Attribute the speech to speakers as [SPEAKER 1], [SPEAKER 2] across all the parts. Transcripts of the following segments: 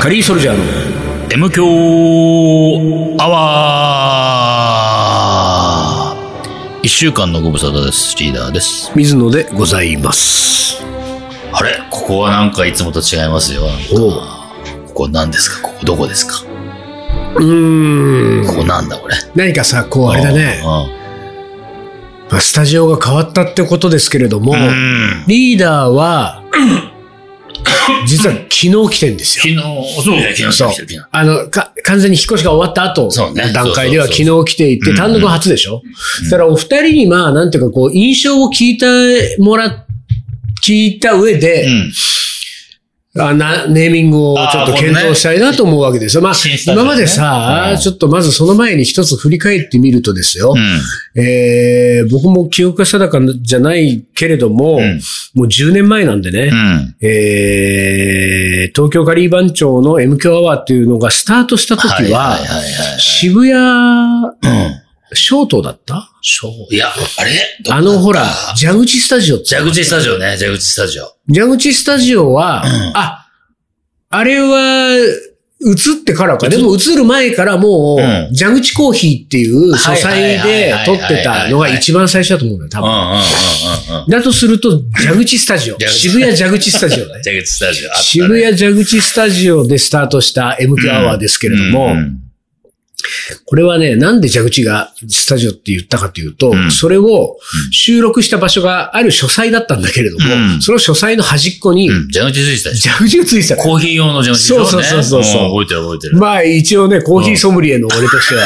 [SPEAKER 1] カリーソルジャーの
[SPEAKER 2] M 強アワー一週間のご無沙汰です。リーダーです。
[SPEAKER 1] 水野でございます
[SPEAKER 2] あれここはなんかいつもと違いますよ。
[SPEAKER 1] おう
[SPEAKER 2] ここ何ですかここどこですか
[SPEAKER 1] うーん
[SPEAKER 2] ここなんだこれ。
[SPEAKER 1] 何かさこうあれだねまあスタジオが変わったってことですけれども
[SPEAKER 2] うん。うん。
[SPEAKER 1] リーダーは実は昨日来てんです
[SPEAKER 2] 昨
[SPEAKER 1] よ
[SPEAKER 2] 日、そうね、昨日、
[SPEAKER 1] そう
[SPEAKER 2] 昨日、昨日。
[SPEAKER 1] あのか完全に引っ越しが終わった後
[SPEAKER 2] そうね
[SPEAKER 1] の段階では
[SPEAKER 2] そう
[SPEAKER 1] 昨
[SPEAKER 2] そう
[SPEAKER 1] 日
[SPEAKER 2] そ
[SPEAKER 1] 来ていて
[SPEAKER 2] うん
[SPEAKER 1] 単独初でしょ
[SPEAKER 2] うん
[SPEAKER 1] だからお二人にまあなんていうかこう印象を聞いてもら聞いた上で、
[SPEAKER 2] うん。
[SPEAKER 1] あなネーミングをちょっと
[SPEAKER 2] あー
[SPEAKER 1] 検討したいなと思うわけですよ。まあ
[SPEAKER 2] 新、スタジ
[SPEAKER 1] 今
[SPEAKER 2] オね
[SPEAKER 1] までさ、
[SPEAKER 2] うん
[SPEAKER 1] ちょっとまずその前に一つ振り返ってみるとですよ、
[SPEAKER 2] う
[SPEAKER 1] えー僕も記憶が定かじゃないけれども、
[SPEAKER 2] ん。
[SPEAKER 1] もう10年前なんでね、
[SPEAKER 2] うん。
[SPEAKER 1] えー東京カリー番長の M 響アワーっていうのがスタートした時は、
[SPEAKER 2] いはいはいはい。
[SPEAKER 1] 渋谷、
[SPEAKER 2] うん。
[SPEAKER 1] 小東だった
[SPEAKER 2] しょういや、あれ
[SPEAKER 1] あのほら、蛇口スタジオって。
[SPEAKER 2] 蛇口スタジオね、蛇口スタジオ。
[SPEAKER 1] 蛇口スタジオは、あ、あれは、映ってからか。でも映る前からもう、
[SPEAKER 2] うん
[SPEAKER 1] 蛇口コーヒーっていう書
[SPEAKER 2] はいはい
[SPEAKER 1] 斎
[SPEAKER 2] はい
[SPEAKER 1] で
[SPEAKER 2] はい
[SPEAKER 1] 撮ってたのが一番最初だと思うのよ、多
[SPEAKER 2] うんうん
[SPEAKER 1] 分。
[SPEAKER 2] うんうんうん。
[SPEAKER 1] だとすると、蛇口スタジオ。
[SPEAKER 2] 蛇口
[SPEAKER 1] 渋谷蛇口スタジオね。
[SPEAKER 2] 蛇口スタ ジオあったね。
[SPEAKER 1] 渋谷蛇口スタジオでスタートした MQ アワーですけれども、
[SPEAKER 2] うんうん
[SPEAKER 1] これはね、なんで蛇口がスタジオって言ったかというと、
[SPEAKER 2] うん
[SPEAKER 1] それを収録した場所がある書斎だったんだけれども、
[SPEAKER 2] うん
[SPEAKER 1] その書斎の端っこに、
[SPEAKER 2] うん、蛇口スタジ
[SPEAKER 1] 蛇口がついてた
[SPEAKER 2] オ。
[SPEAKER 1] の
[SPEAKER 2] コーヒー用の蛇口スタジオね。
[SPEAKER 1] そうそうそうそうん
[SPEAKER 2] 覚えてる覚えてる。
[SPEAKER 1] まあ一応ね、コーヒーソムリエの俺としては、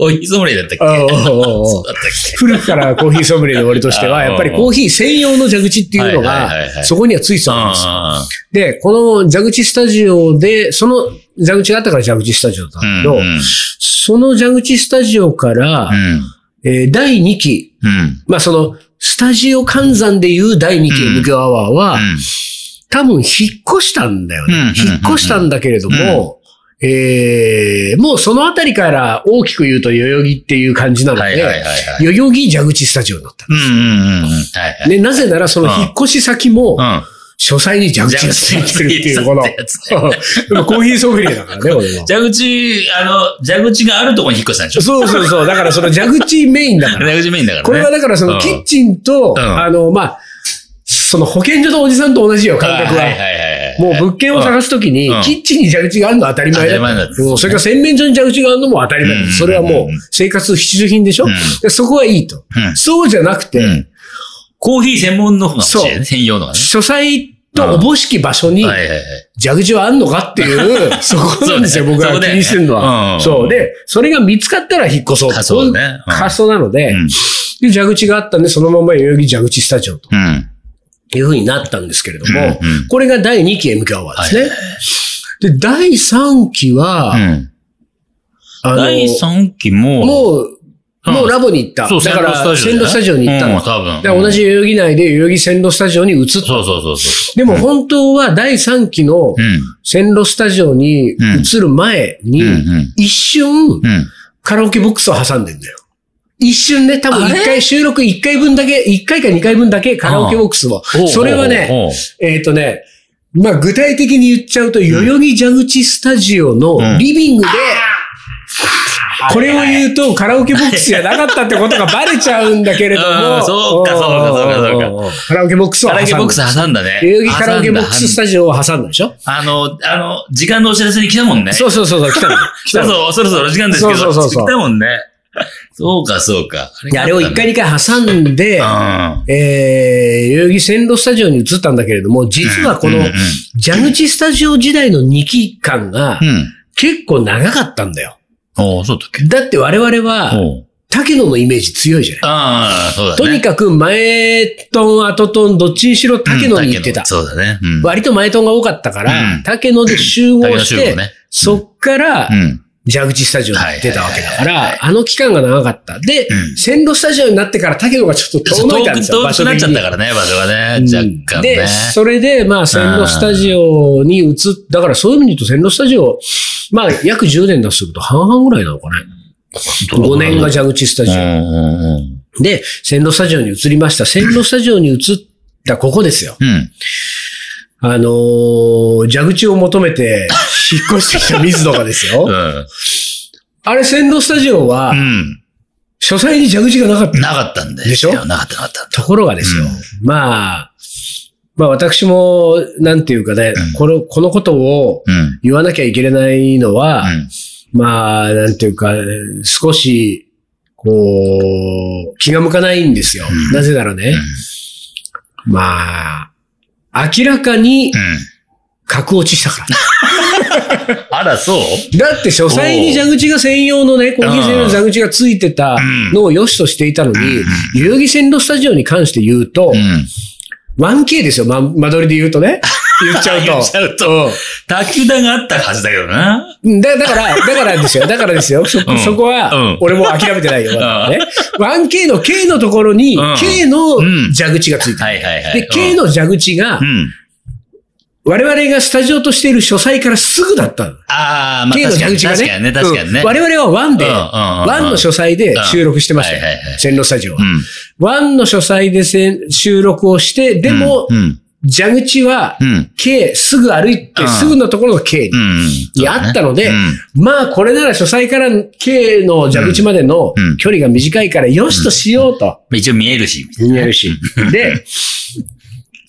[SPEAKER 2] おい、いつもりだったっけ
[SPEAKER 1] ああああああ
[SPEAKER 2] そうだったっけ
[SPEAKER 1] 古くからコーヒーソムリエの俺としては、
[SPEAKER 2] ああ
[SPEAKER 1] やっぱりコーヒー専用の蛇口っていうのが
[SPEAKER 2] はいはいはいは、い
[SPEAKER 1] そこにはついてたんですよ。
[SPEAKER 2] あ
[SPEAKER 1] で、この蛇口スタジオで、その蛇口があったから蛇口スタジオだったんだけど、
[SPEAKER 2] うんうん
[SPEAKER 1] その蛇口スタジオから
[SPEAKER 2] あ、うん。
[SPEAKER 1] えー第2期、
[SPEAKER 2] うん。
[SPEAKER 1] まあその、スタジオ換算でいう第2期
[SPEAKER 2] うん
[SPEAKER 1] 無教アワーは、
[SPEAKER 2] うん
[SPEAKER 1] 多分引っ越したんだよね。
[SPEAKER 2] うん
[SPEAKER 1] 引っ越したんだけれども、えーもうそのあたりから大きく言うと代々木っていう感じなの
[SPEAKER 2] はいはいはい
[SPEAKER 1] で、
[SPEAKER 2] はい。
[SPEAKER 1] 代々木蛇口スタジオになった。
[SPEAKER 2] うんうんうんうん。はいはい。
[SPEAKER 1] で、なぜならその引っ越し先も、
[SPEAKER 2] うん。
[SPEAKER 1] 書斎に蛇口がついてるっていう、この。
[SPEAKER 2] 蛇口が
[SPEAKER 1] で もコーヒーソムリエだ からね、俺も。
[SPEAKER 2] 蛇口、あの、蛇口があるところに引っ越したんでしょ
[SPEAKER 1] そうそうそう。だからその蛇口メインだから。
[SPEAKER 2] 蛇口メインだからね。
[SPEAKER 1] これはだからその
[SPEAKER 2] うん
[SPEAKER 1] キッチンと、
[SPEAKER 2] うん
[SPEAKER 1] あの、まあ、その保健所のおじさんと同じよ、感覚
[SPEAKER 2] あは
[SPEAKER 1] は。
[SPEAKER 2] いはいはいはい。
[SPEAKER 1] もう物件を探すときに
[SPEAKER 2] うん、
[SPEAKER 1] キッチンに蛇口があるのは当たり前
[SPEAKER 2] 当たり
[SPEAKER 1] だ。
[SPEAKER 2] 前だった
[SPEAKER 1] もうそれから洗面所に蛇口があるのも当たり前
[SPEAKER 2] うん
[SPEAKER 1] だ。それはもう
[SPEAKER 2] うん
[SPEAKER 1] 生活必需品でしょ
[SPEAKER 2] うん
[SPEAKER 1] でそこはいいと。
[SPEAKER 2] うん
[SPEAKER 1] そうじゃなく
[SPEAKER 2] う
[SPEAKER 1] て、
[SPEAKER 2] んコーヒー専門の方が欲しいね
[SPEAKER 1] そう
[SPEAKER 2] 専用のがね。
[SPEAKER 1] 書斎とおぼしき場所に
[SPEAKER 2] はいはいはい。
[SPEAKER 1] 蛇口はあんのかって いう、そこなんですよ、
[SPEAKER 2] そうね
[SPEAKER 1] 僕
[SPEAKER 2] そ
[SPEAKER 1] は
[SPEAKER 2] こ
[SPEAKER 1] 気
[SPEAKER 2] だよね
[SPEAKER 1] にしてるの
[SPEAKER 2] う
[SPEAKER 1] は。
[SPEAKER 2] ん
[SPEAKER 1] そう。で、それが見つかったら引っ越そう
[SPEAKER 2] あそうだね
[SPEAKER 1] こ
[SPEAKER 2] うん
[SPEAKER 1] ういう発想なので、
[SPEAKER 2] うん
[SPEAKER 1] で蛇口があったんで、そのまま代々木蛇口スタジオと
[SPEAKER 2] うん。
[SPEAKER 1] いうふうになったんですけれども、
[SPEAKER 2] うんうん
[SPEAKER 1] これが第2期 MQ アワーですね。で、第3期は、
[SPEAKER 2] うん。
[SPEAKER 1] あの
[SPEAKER 2] 第3期も、
[SPEAKER 1] もう、
[SPEAKER 2] うん
[SPEAKER 1] もうラボに行った。
[SPEAKER 2] そう、
[SPEAKER 1] だから、
[SPEAKER 2] 線
[SPEAKER 1] 線
[SPEAKER 2] 路
[SPEAKER 1] 路
[SPEAKER 2] ス
[SPEAKER 1] ス
[SPEAKER 2] タ
[SPEAKER 1] タ
[SPEAKER 2] ジ
[SPEAKER 1] ジ
[SPEAKER 2] オ
[SPEAKER 1] オ
[SPEAKER 2] に
[SPEAKER 1] に
[SPEAKER 2] 行
[SPEAKER 1] 行
[SPEAKER 2] っ
[SPEAKER 1] ったた
[SPEAKER 2] の。
[SPEAKER 1] の。
[SPEAKER 2] うん、多分。
[SPEAKER 1] だから同
[SPEAKER 2] うん。
[SPEAKER 1] じ代々木内で代々木線路スタジオに移った。
[SPEAKER 2] そうそうそうそ
[SPEAKER 1] でも本当は第3期の
[SPEAKER 2] う。うん。
[SPEAKER 1] 線路スタジオに移る前に、
[SPEAKER 2] うんうん
[SPEAKER 1] 一瞬
[SPEAKER 2] うん。
[SPEAKER 1] カラオケボックスを挟んでんだよ。一瞬ね、多分
[SPEAKER 2] あれ
[SPEAKER 1] 一回収録一回分だけ、一回か二回分だけカラオケボックスを。それはね、
[SPEAKER 2] おう
[SPEAKER 1] えっ、とね、まあ具体的に言っちゃうと、代々木蛇口スタジオのリビングで、これを言うとカラオケボックスじゃなかったってことがバレちゃうんだけれ ど
[SPEAKER 2] うん
[SPEAKER 1] も。
[SPEAKER 2] そうかそうかそうかそう
[SPEAKER 1] か。カラオケボックス
[SPEAKER 2] おう
[SPEAKER 1] を
[SPEAKER 2] カラオケ
[SPEAKER 1] 挟
[SPEAKER 2] ボッ
[SPEAKER 1] ん
[SPEAKER 2] クス
[SPEAKER 1] だ。
[SPEAKER 2] 挟んだね。
[SPEAKER 1] 代々木カラオケボックススタジオを挟んだでしょ
[SPEAKER 2] あの、あの、時間のお知らせに来たもんね。
[SPEAKER 1] そうそうそうそう、来たの。来
[SPEAKER 2] そ
[SPEAKER 1] た
[SPEAKER 2] う
[SPEAKER 1] の。
[SPEAKER 2] そう、そろそろ時間ですけど。
[SPEAKER 1] そうそうそうそう
[SPEAKER 2] 来たもんね。そうか、そうか。
[SPEAKER 1] であれを一回二回挟んで、
[SPEAKER 2] あ
[SPEAKER 1] えー、代々木線路スタジオに移ったんだけれども、実はこの
[SPEAKER 2] うんうん
[SPEAKER 1] 蛇口スタジオ時代の2期間が
[SPEAKER 2] ったね。うん。
[SPEAKER 1] 結構長かったんだよ。
[SPEAKER 2] おうそうだっけ
[SPEAKER 1] だって我々は、
[SPEAKER 2] おう
[SPEAKER 1] 竹野のイメージ強いじゃない。
[SPEAKER 2] ああ、そうだね。
[SPEAKER 1] とにかく前トン、後トン、どっちにしろ竹野に行って
[SPEAKER 2] う
[SPEAKER 1] た
[SPEAKER 2] ん。そうだね。うん。
[SPEAKER 1] 割と前トンが多かったから、
[SPEAKER 2] うん
[SPEAKER 1] 竹野で集合
[SPEAKER 2] 竹野
[SPEAKER 1] し
[SPEAKER 2] 集
[SPEAKER 1] て、
[SPEAKER 2] 合ね
[SPEAKER 1] そっから
[SPEAKER 2] うん。
[SPEAKER 1] 蛇口スタジオに出たわけだか
[SPEAKER 2] はいはいはいは
[SPEAKER 1] ら、あの期間が長かった。で、
[SPEAKER 2] うん
[SPEAKER 1] 線路スタジオになってから竹野がちょっと
[SPEAKER 2] そ
[SPEAKER 1] 遠
[SPEAKER 2] う
[SPEAKER 1] のい
[SPEAKER 2] 遠
[SPEAKER 1] たん
[SPEAKER 2] く、
[SPEAKER 1] ですよ。。
[SPEAKER 2] 遠くなっちゃったかららね、場所が
[SPEAKER 1] う
[SPEAKER 2] ね。
[SPEAKER 1] ん
[SPEAKER 2] 若干ね。
[SPEAKER 1] で、それで、まあ、線路スタジオに移っ、だからそういう意味で言うと線路スタジオ、まあ、約10年だとすると半々ぐらいなのかね。5年が蛇口スタジオ。
[SPEAKER 2] うんうんうん。
[SPEAKER 1] で、線路スタジオに移りました。線路スタジオに移ったここですよ。
[SPEAKER 2] うん。
[SPEAKER 1] あのー蛇口を求めて 引っ越してきた水野がですよ。
[SPEAKER 2] うん。
[SPEAKER 1] あれ、仙道スタジオは
[SPEAKER 2] う、ん。
[SPEAKER 1] 書斎に蛇口がなかった。
[SPEAKER 2] なかったんだよ。
[SPEAKER 1] でしょ
[SPEAKER 2] なかったなかった。
[SPEAKER 1] ところがですよ、まあ、まあ私も、なんていうかね、
[SPEAKER 2] うん
[SPEAKER 1] この、このことを
[SPEAKER 2] うん。
[SPEAKER 1] 言わなきゃいけないのは、
[SPEAKER 2] うん。
[SPEAKER 1] まあ、なんていうか、少し、こう、気が向かないんですよ。
[SPEAKER 2] うん
[SPEAKER 1] なぜならね、まあ、明らかに
[SPEAKER 2] うん。
[SPEAKER 1] 格落ちした から。
[SPEAKER 2] あら、そう
[SPEAKER 1] だって書斎に蛇口が専用のね、コーヒー専用の蛇口がついてたのを良しとしていたのに、
[SPEAKER 2] うん
[SPEAKER 1] 代々木線路スタジオに関して言うと、
[SPEAKER 2] うん。
[SPEAKER 1] 1K ですよ、ま、間取りで言うと ね。言っちゃうと。
[SPEAKER 2] 言っちゃうと
[SPEAKER 1] うん
[SPEAKER 2] 卓球台があったはずだけどな。
[SPEAKER 1] だ、だから、だからですよ。だからですよ。そ、
[SPEAKER 2] うん
[SPEAKER 1] そこ
[SPEAKER 2] う
[SPEAKER 1] は
[SPEAKER 2] ん、
[SPEAKER 1] 俺も諦めてないよ。まだね、1K の K のところに
[SPEAKER 2] うん
[SPEAKER 1] K の
[SPEAKER 2] うん
[SPEAKER 1] 蛇口がついて
[SPEAKER 2] はいはいはい。
[SPEAKER 1] る。で、K
[SPEAKER 2] の。
[SPEAKER 1] の蛇口が
[SPEAKER 2] う、ん。
[SPEAKER 1] 我々がスタジオとしている書斎からすぐだったの。
[SPEAKER 2] ああ、まあ
[SPEAKER 1] K の
[SPEAKER 2] 確か
[SPEAKER 1] 蛇
[SPEAKER 2] に
[SPEAKER 1] 口がね。
[SPEAKER 2] 確かにね、確かにね。
[SPEAKER 1] うん我々は1で、
[SPEAKER 2] うんうんうんうん
[SPEAKER 1] 1の書斎で収録してましたよ
[SPEAKER 2] うんはいはいは。い
[SPEAKER 1] 線路スタジオは
[SPEAKER 2] う。ん。
[SPEAKER 1] 1の書斎でせん収録をして、でも
[SPEAKER 2] う、ん。
[SPEAKER 1] 蛇口は
[SPEAKER 2] う、ん。
[SPEAKER 1] K、すぐ歩いて、
[SPEAKER 2] うん
[SPEAKER 1] すぐのところの K に
[SPEAKER 2] うん。
[SPEAKER 1] にあったので、
[SPEAKER 2] うん
[SPEAKER 1] まあこれなら書斎から K の蛇口までの
[SPEAKER 2] うんうん
[SPEAKER 1] 距離が短いからよしとしようと。
[SPEAKER 2] 一応見えるし。
[SPEAKER 1] 見えるし。で、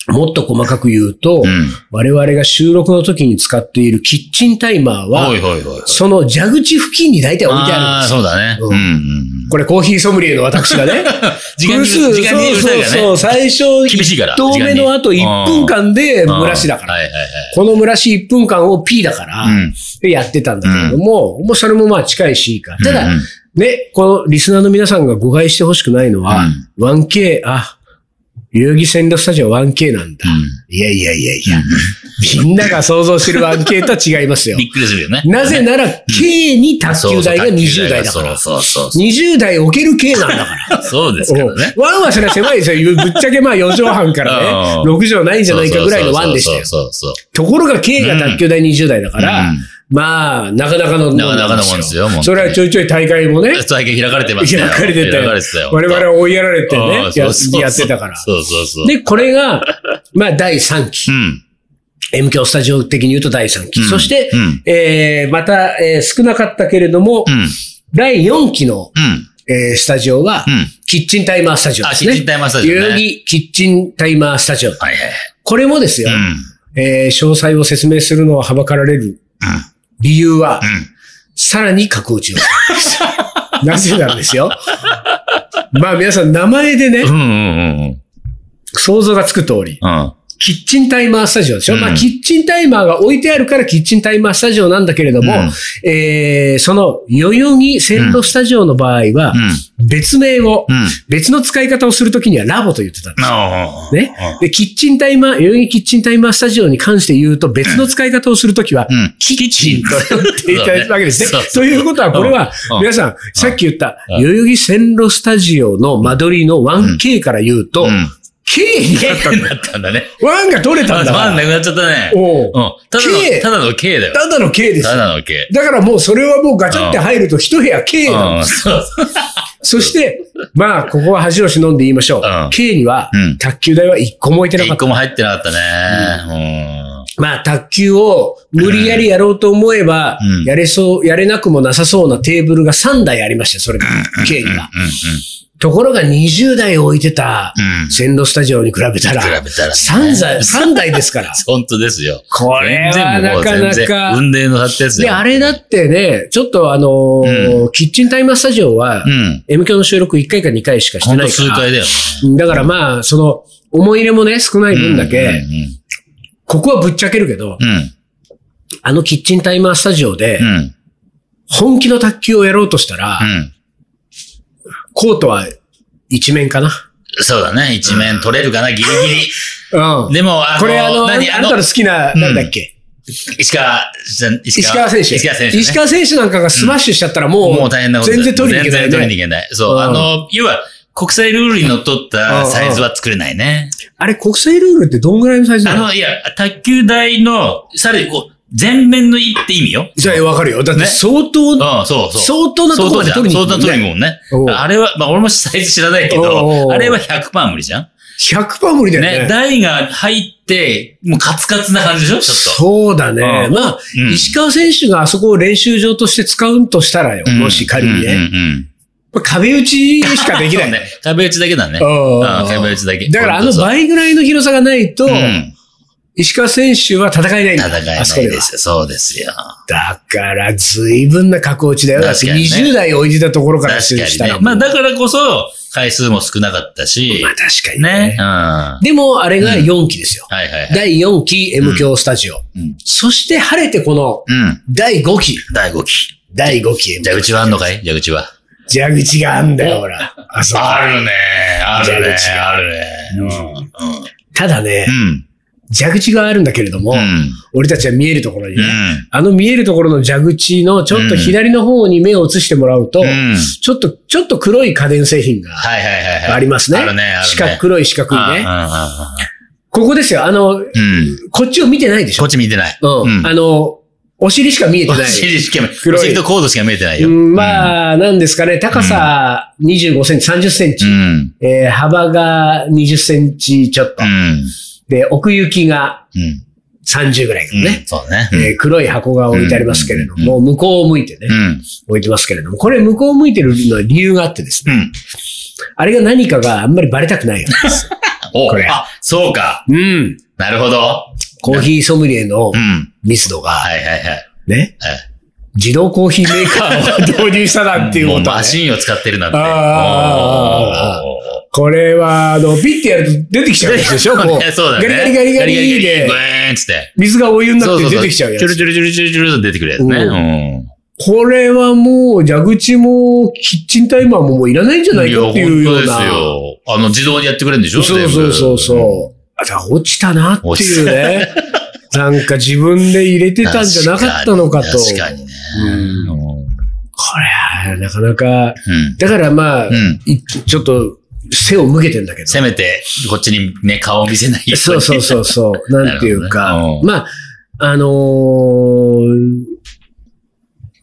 [SPEAKER 1] もっと細かく言うと、
[SPEAKER 2] うん
[SPEAKER 1] 我々が収録の時に使っているキッチンタイマーは
[SPEAKER 2] ほ、いほいほい。
[SPEAKER 1] その蛇口付近に大体置いてあるん
[SPEAKER 2] ああ、
[SPEAKER 1] ですよ。
[SPEAKER 2] そうだね。
[SPEAKER 1] う
[SPEAKER 2] うんんうん。
[SPEAKER 1] これコーヒーソムリエの私がね、
[SPEAKER 2] 時間に
[SPEAKER 1] そう
[SPEAKER 2] 時間に許さ
[SPEAKER 1] そう
[SPEAKER 2] れたらね
[SPEAKER 1] そう、最初、
[SPEAKER 2] 厳しいから
[SPEAKER 1] 1投目の後
[SPEAKER 2] 時
[SPEAKER 1] 1
[SPEAKER 2] 間に
[SPEAKER 1] 分間で
[SPEAKER 2] うん
[SPEAKER 1] 蒸らしだから
[SPEAKER 2] は。いはい
[SPEAKER 1] この蒸らし1分間を P だから、
[SPEAKER 2] はい。うん。
[SPEAKER 1] でやってたんだけれども、もうそれもまあ近いしいいか。ただ、
[SPEAKER 2] うんうん
[SPEAKER 1] ね、このリスナーの皆さんが誤解してほしくないのは、1K、あ、代々木線路スタジオは 1K なんだ。いやいやいやいや、みんなが想像してる 1K とは違います
[SPEAKER 2] う
[SPEAKER 1] よ
[SPEAKER 2] ん。 びっくりするよね。
[SPEAKER 1] なぜなら、K に卓球台が
[SPEAKER 2] そう
[SPEAKER 1] 20台だから。
[SPEAKER 2] そうそうそう。
[SPEAKER 1] 20台置ける K なんだから。
[SPEAKER 2] そうですからね。
[SPEAKER 1] ワンはそれは狭いです よ。ぶっちゃけまあ4畳半からね、
[SPEAKER 2] うん
[SPEAKER 1] 6畳ないんじゃないかぐらいのワンでしたよ。
[SPEAKER 2] そうそうそう
[SPEAKER 1] ところが K が卓球台20代だから、
[SPEAKER 2] うん
[SPEAKER 1] まあ、なかなかのもん
[SPEAKER 2] なかなかのもんですよ本当に
[SPEAKER 1] それはちょいちょい大会も ね
[SPEAKER 2] そう。、最近開かれてましたよ。
[SPEAKER 1] 開かれてた
[SPEAKER 2] 開
[SPEAKER 1] よ
[SPEAKER 2] かれてたよ。。
[SPEAKER 1] 我々は追いやられてね、
[SPEAKER 2] う
[SPEAKER 1] や
[SPEAKER 2] んそうそうそう
[SPEAKER 1] やってたから。
[SPEAKER 2] そうそうそう。
[SPEAKER 1] で、これが、まあ、第3
[SPEAKER 2] う
[SPEAKER 1] 期。
[SPEAKER 2] ん。
[SPEAKER 1] M 響スタジオ的に言うと第3期。
[SPEAKER 2] うん
[SPEAKER 1] そして、
[SPEAKER 2] うん
[SPEAKER 1] えーまた、えー少なかったけれども、
[SPEAKER 2] うん。
[SPEAKER 1] 第4期の、
[SPEAKER 2] うん。
[SPEAKER 1] えースタジオは、
[SPEAKER 2] うん。
[SPEAKER 1] キッチンタイマースタジオ
[SPEAKER 2] あ、
[SPEAKER 1] です
[SPEAKER 2] キ
[SPEAKER 1] ね。
[SPEAKER 2] ッチンタイマースタジオね。
[SPEAKER 1] 代々木キッチンタイマースタジオ。
[SPEAKER 2] はいはい。
[SPEAKER 1] これもですよ、
[SPEAKER 2] うん。
[SPEAKER 1] えー詳細を説明するのははばかられる理由は、
[SPEAKER 2] うん。うん。
[SPEAKER 1] さらに格打ちをしたん です。なぜなんですよ。まあ皆さん名前でね
[SPEAKER 2] う、んうんうん
[SPEAKER 1] 想像がつく通り、
[SPEAKER 2] うん。
[SPEAKER 1] キッチンタイマースタジオでしょ、
[SPEAKER 2] うん
[SPEAKER 1] まあキッチンタイマーが置いてあるからキッチンタイマースタジオなんだけれども、
[SPEAKER 2] うん
[SPEAKER 1] えーその代々木線路スタジオの場合は、別名を、
[SPEAKER 2] うん。うん。
[SPEAKER 1] 別の使い方をするときにはラボと言ってたんです。
[SPEAKER 2] ああ。
[SPEAKER 1] ね。で、キッチンタイマー、代々木キッチンタイマースタジオに関して言うと、別の使い方をするときは
[SPEAKER 2] うん、
[SPEAKER 1] キッチンと言っていただくわけです
[SPEAKER 2] そ
[SPEAKER 1] ね
[SPEAKER 2] うね。そ
[SPEAKER 1] と
[SPEAKER 2] う
[SPEAKER 1] いうことは、これは
[SPEAKER 2] う、ん
[SPEAKER 1] 皆さん、さっき言った、
[SPEAKER 2] うん
[SPEAKER 1] 代々木線路スタジオの間取りの 1K から言うと
[SPEAKER 2] うんうん、
[SPEAKER 1] K になった んだ。
[SPEAKER 2] だったんだね。
[SPEAKER 1] 1が取れた
[SPEAKER 2] ま
[SPEAKER 1] ん
[SPEAKER 2] だ
[SPEAKER 1] だか
[SPEAKER 2] まだ
[SPEAKER 1] ら。
[SPEAKER 2] なくなっちゃったね。
[SPEAKER 1] おう
[SPEAKER 2] うん。ただ
[SPEAKER 1] K
[SPEAKER 2] の、ただの K だよ。
[SPEAKER 1] ただの K です
[SPEAKER 2] た
[SPEAKER 1] よ。
[SPEAKER 2] だの K。
[SPEAKER 1] だからもうそれはもうガチャって入ると一部屋 K なん
[SPEAKER 2] う
[SPEAKER 1] で
[SPEAKER 2] ん。
[SPEAKER 1] す。
[SPEAKER 2] そうそう。
[SPEAKER 1] そして、まあ、ここは恥を忍んで言いましょう
[SPEAKER 2] う。ん
[SPEAKER 1] K には
[SPEAKER 2] うん、
[SPEAKER 1] 卓球台は一個も置いてなかっ
[SPEAKER 2] 一
[SPEAKER 1] た
[SPEAKER 2] 個も入ってなかったね。
[SPEAKER 1] まあ、卓球を無理やりやろうと思えば、
[SPEAKER 2] うん
[SPEAKER 1] やれそう、やれなくもなさそうなテーブルが3台ありましたよ、それが、経理が。
[SPEAKER 2] うん。うん。
[SPEAKER 1] ところが20台置いてた、
[SPEAKER 2] うん。うん。
[SPEAKER 1] 線路スタジオに比べたら、
[SPEAKER 2] 比べたらね
[SPEAKER 1] 3台、三台ですから。
[SPEAKER 2] 本当ですよ。
[SPEAKER 1] これはなかな
[SPEAKER 2] 全然
[SPEAKER 1] か。
[SPEAKER 2] 運命の差ってやつだ
[SPEAKER 1] で、
[SPEAKER 2] よ。
[SPEAKER 1] あれだってね、ちょっとあのーキッチンタイマースタジオは、
[SPEAKER 2] うん。
[SPEAKER 1] M 響の収録1回か2回しかして
[SPEAKER 2] ほん
[SPEAKER 1] な
[SPEAKER 2] と
[SPEAKER 1] いか
[SPEAKER 2] 数
[SPEAKER 1] ら。
[SPEAKER 2] 回だよね。
[SPEAKER 1] だからまあ、その、思い入れもね、少ない分だけ、
[SPEAKER 2] うん
[SPEAKER 1] ここはぶっちゃけるけど、
[SPEAKER 2] うん。
[SPEAKER 1] あのキッチンタイマースタジオで、
[SPEAKER 2] うん。うん。
[SPEAKER 1] 本気の卓球をやろうとしたら、
[SPEAKER 2] うん。
[SPEAKER 1] コートは一面かな。
[SPEAKER 2] そうだね。一面取れるかな、ギリギ
[SPEAKER 1] うん
[SPEAKER 2] リ。。でも、あの、
[SPEAKER 1] これあの、あ
[SPEAKER 2] 何あ
[SPEAKER 1] なたの
[SPEAKER 2] の
[SPEAKER 1] 好、きな、
[SPEAKER 2] うん
[SPEAKER 1] なんだっけ、
[SPEAKER 2] 石川、石
[SPEAKER 1] 石川選手。
[SPEAKER 2] 石川選手ね。
[SPEAKER 1] 石川選手なんかがスマッシュしちゃったらもう、
[SPEAKER 2] もう大変なことだ
[SPEAKER 1] 全然取りに行けない、ね。
[SPEAKER 2] 全然取りに行けない。そうう。
[SPEAKER 1] ん
[SPEAKER 2] あの、要は、国際ルールにのっとっ
[SPEAKER 1] う
[SPEAKER 2] た
[SPEAKER 1] ん
[SPEAKER 2] サイズは作れないね。
[SPEAKER 1] あれ、国際ルールってどんぐらいのサイズ
[SPEAKER 2] あ
[SPEAKER 1] なの
[SPEAKER 2] の、いや、卓球台の、さらにこう、全面のいって意味よ。
[SPEAKER 1] じゃあわかるよ。だって
[SPEAKER 2] ね
[SPEAKER 1] 相当、
[SPEAKER 2] うん、そうそう。
[SPEAKER 1] 相当なところまで
[SPEAKER 2] 相
[SPEAKER 1] 取りに行
[SPEAKER 2] 当じゃん相当な
[SPEAKER 1] く
[SPEAKER 2] とこ
[SPEAKER 1] よ
[SPEAKER 2] ろに
[SPEAKER 1] ね。
[SPEAKER 2] 行くもんね
[SPEAKER 1] おう。
[SPEAKER 2] あれは、まあ俺もサイズ知らないけ
[SPEAKER 1] おうおうお
[SPEAKER 2] ど、
[SPEAKER 1] う
[SPEAKER 2] あれは100%無理じゃん
[SPEAKER 1] 100%無理だよね。
[SPEAKER 2] ね、台が入って、もうカツカツな感じでしょちょっと。
[SPEAKER 1] そうだね。
[SPEAKER 2] うん
[SPEAKER 1] まあ、
[SPEAKER 2] うん
[SPEAKER 1] 石川選手があそこを練習場として使うんとしたらよ、もし仮にね。
[SPEAKER 2] うんうんうん
[SPEAKER 1] まあ壁打ちしかできない。
[SPEAKER 2] そうね。壁打ちだけだね。
[SPEAKER 1] うん
[SPEAKER 2] ああ壁打ちだけ。
[SPEAKER 1] だからあの倍ぐらいの広さがないと、
[SPEAKER 2] うん
[SPEAKER 1] 石川選手は戦えないんだ。
[SPEAKER 2] 戦えな
[SPEAKER 1] あそこ
[SPEAKER 2] い
[SPEAKER 1] で
[SPEAKER 2] で
[SPEAKER 1] は
[SPEAKER 2] すよ。そうですよ。
[SPEAKER 1] だから、随分な格落ちだよ。だって
[SPEAKER 2] 確かにね
[SPEAKER 1] 20代置いてたところから
[SPEAKER 2] 確か
[SPEAKER 1] した
[SPEAKER 2] に
[SPEAKER 1] ら
[SPEAKER 2] ね。
[SPEAKER 1] もう。
[SPEAKER 2] まあだからこそ、回数も少なかったし
[SPEAKER 1] まあ、確かにね
[SPEAKER 2] ね。うん。は
[SPEAKER 1] でも、あれが4期ですよ。
[SPEAKER 2] いはいはい。
[SPEAKER 1] 第4期 M 強スタジオ。
[SPEAKER 2] うん。
[SPEAKER 1] そして晴れてこの
[SPEAKER 2] うん。
[SPEAKER 1] 第5期、
[SPEAKER 2] 第5期。
[SPEAKER 1] 第5期 M
[SPEAKER 2] 蛇口はあんのかい蛇口は。
[SPEAKER 1] 蛇口があんだよ、ほら。あそこ
[SPEAKER 2] るね。あ
[SPEAKER 1] 蛇口が
[SPEAKER 2] あるね。
[SPEAKER 1] ただね
[SPEAKER 2] う、ん。
[SPEAKER 1] 蛇口があるんだけれども、
[SPEAKER 2] うん。
[SPEAKER 1] 俺たちは見えるところに
[SPEAKER 2] う
[SPEAKER 1] ね、
[SPEAKER 2] ん。
[SPEAKER 1] あの見えるところの蛇口のちょっと左の方に目を移してもらうと、
[SPEAKER 2] うん
[SPEAKER 1] ちょっと、ちょっと黒い家電製品が
[SPEAKER 2] はいはいはいはい。
[SPEAKER 1] ありますね。
[SPEAKER 2] あるね、あるね。
[SPEAKER 1] 四角、黒い四角いね。
[SPEAKER 2] う
[SPEAKER 1] ここですよ。あの、
[SPEAKER 2] んうんうんうん。
[SPEAKER 1] こっちを見てないでし
[SPEAKER 2] こ
[SPEAKER 1] ょ
[SPEAKER 2] っ。ち見てない。
[SPEAKER 1] うん。あの、お尻しか見えてない。
[SPEAKER 2] 尻しか見
[SPEAKER 1] 黒い
[SPEAKER 2] お尻とコードしか見えてないよ。
[SPEAKER 1] うん、まあ、なんですかね。高さ25センチ、30セン
[SPEAKER 2] う
[SPEAKER 1] チ。
[SPEAKER 2] ん。
[SPEAKER 1] えー幅が20センチちょっと
[SPEAKER 2] う。ん。
[SPEAKER 1] で、奥行きが
[SPEAKER 2] うん。
[SPEAKER 1] 30ぐらいか
[SPEAKER 2] うん
[SPEAKER 1] なね。。
[SPEAKER 2] そうね。
[SPEAKER 1] えー黒い箱が置いてありますけれども、向こうを向いてね
[SPEAKER 2] う、ん。
[SPEAKER 1] 置いてますけれども、これ向こうを向いてるのは理由があってですね、
[SPEAKER 2] うん。
[SPEAKER 1] あれが何かがあんまりバレたくないわけです。
[SPEAKER 2] お
[SPEAKER 1] これ
[SPEAKER 2] あ、そうか。
[SPEAKER 1] うん。
[SPEAKER 2] なるほど。
[SPEAKER 1] コーヒーソムリエの
[SPEAKER 2] うん。
[SPEAKER 1] 密度が、
[SPEAKER 2] はいはいはい。
[SPEAKER 1] ね、自動コーヒーメーカーを導入したなんていう
[SPEAKER 2] もう
[SPEAKER 1] ことは
[SPEAKER 2] マ
[SPEAKER 1] ね、
[SPEAKER 2] シンを使ってるなんて。
[SPEAKER 1] あーあーあーあー
[SPEAKER 2] おー
[SPEAKER 1] これは、あの、ビッてやると出てきちゃうやつでしょもう、
[SPEAKER 2] そう
[SPEAKER 1] ガ
[SPEAKER 2] だね。
[SPEAKER 1] リガリガリガリで
[SPEAKER 2] ブ、ーンっつって。
[SPEAKER 1] 水がお湯にな
[SPEAKER 2] そ
[SPEAKER 1] っ
[SPEAKER 2] うそう
[SPEAKER 1] て
[SPEAKER 2] そ
[SPEAKER 1] 出てきちゃうや
[SPEAKER 2] チュル
[SPEAKER 1] つ。
[SPEAKER 2] チュルチュルチュルチュルと出てくるやつね。
[SPEAKER 1] これはもう、蛇口も、キッチンタイマーももういらないんじゃ
[SPEAKER 2] うん。
[SPEAKER 1] ないかっていうよう
[SPEAKER 2] いや本
[SPEAKER 1] な。
[SPEAKER 2] 当ですよ。あの、自動でやってくれるんでしょ
[SPEAKER 1] そうそうそうそう。あ、だから落ちたなっていうね。 なんか自分で入れて
[SPEAKER 2] 出
[SPEAKER 1] たんじゃなかったのかと。
[SPEAKER 2] 確かにね。
[SPEAKER 1] うん
[SPEAKER 2] うん。
[SPEAKER 1] これは、なかなか。だからまあ、
[SPEAKER 2] うん。
[SPEAKER 1] いちょっと背を向けてんだけど。
[SPEAKER 2] せめて、こっちにね、顔を見せないように。
[SPEAKER 1] そうそうそうそう。なんていうか。
[SPEAKER 2] なるほどねうん
[SPEAKER 1] まあ、あのー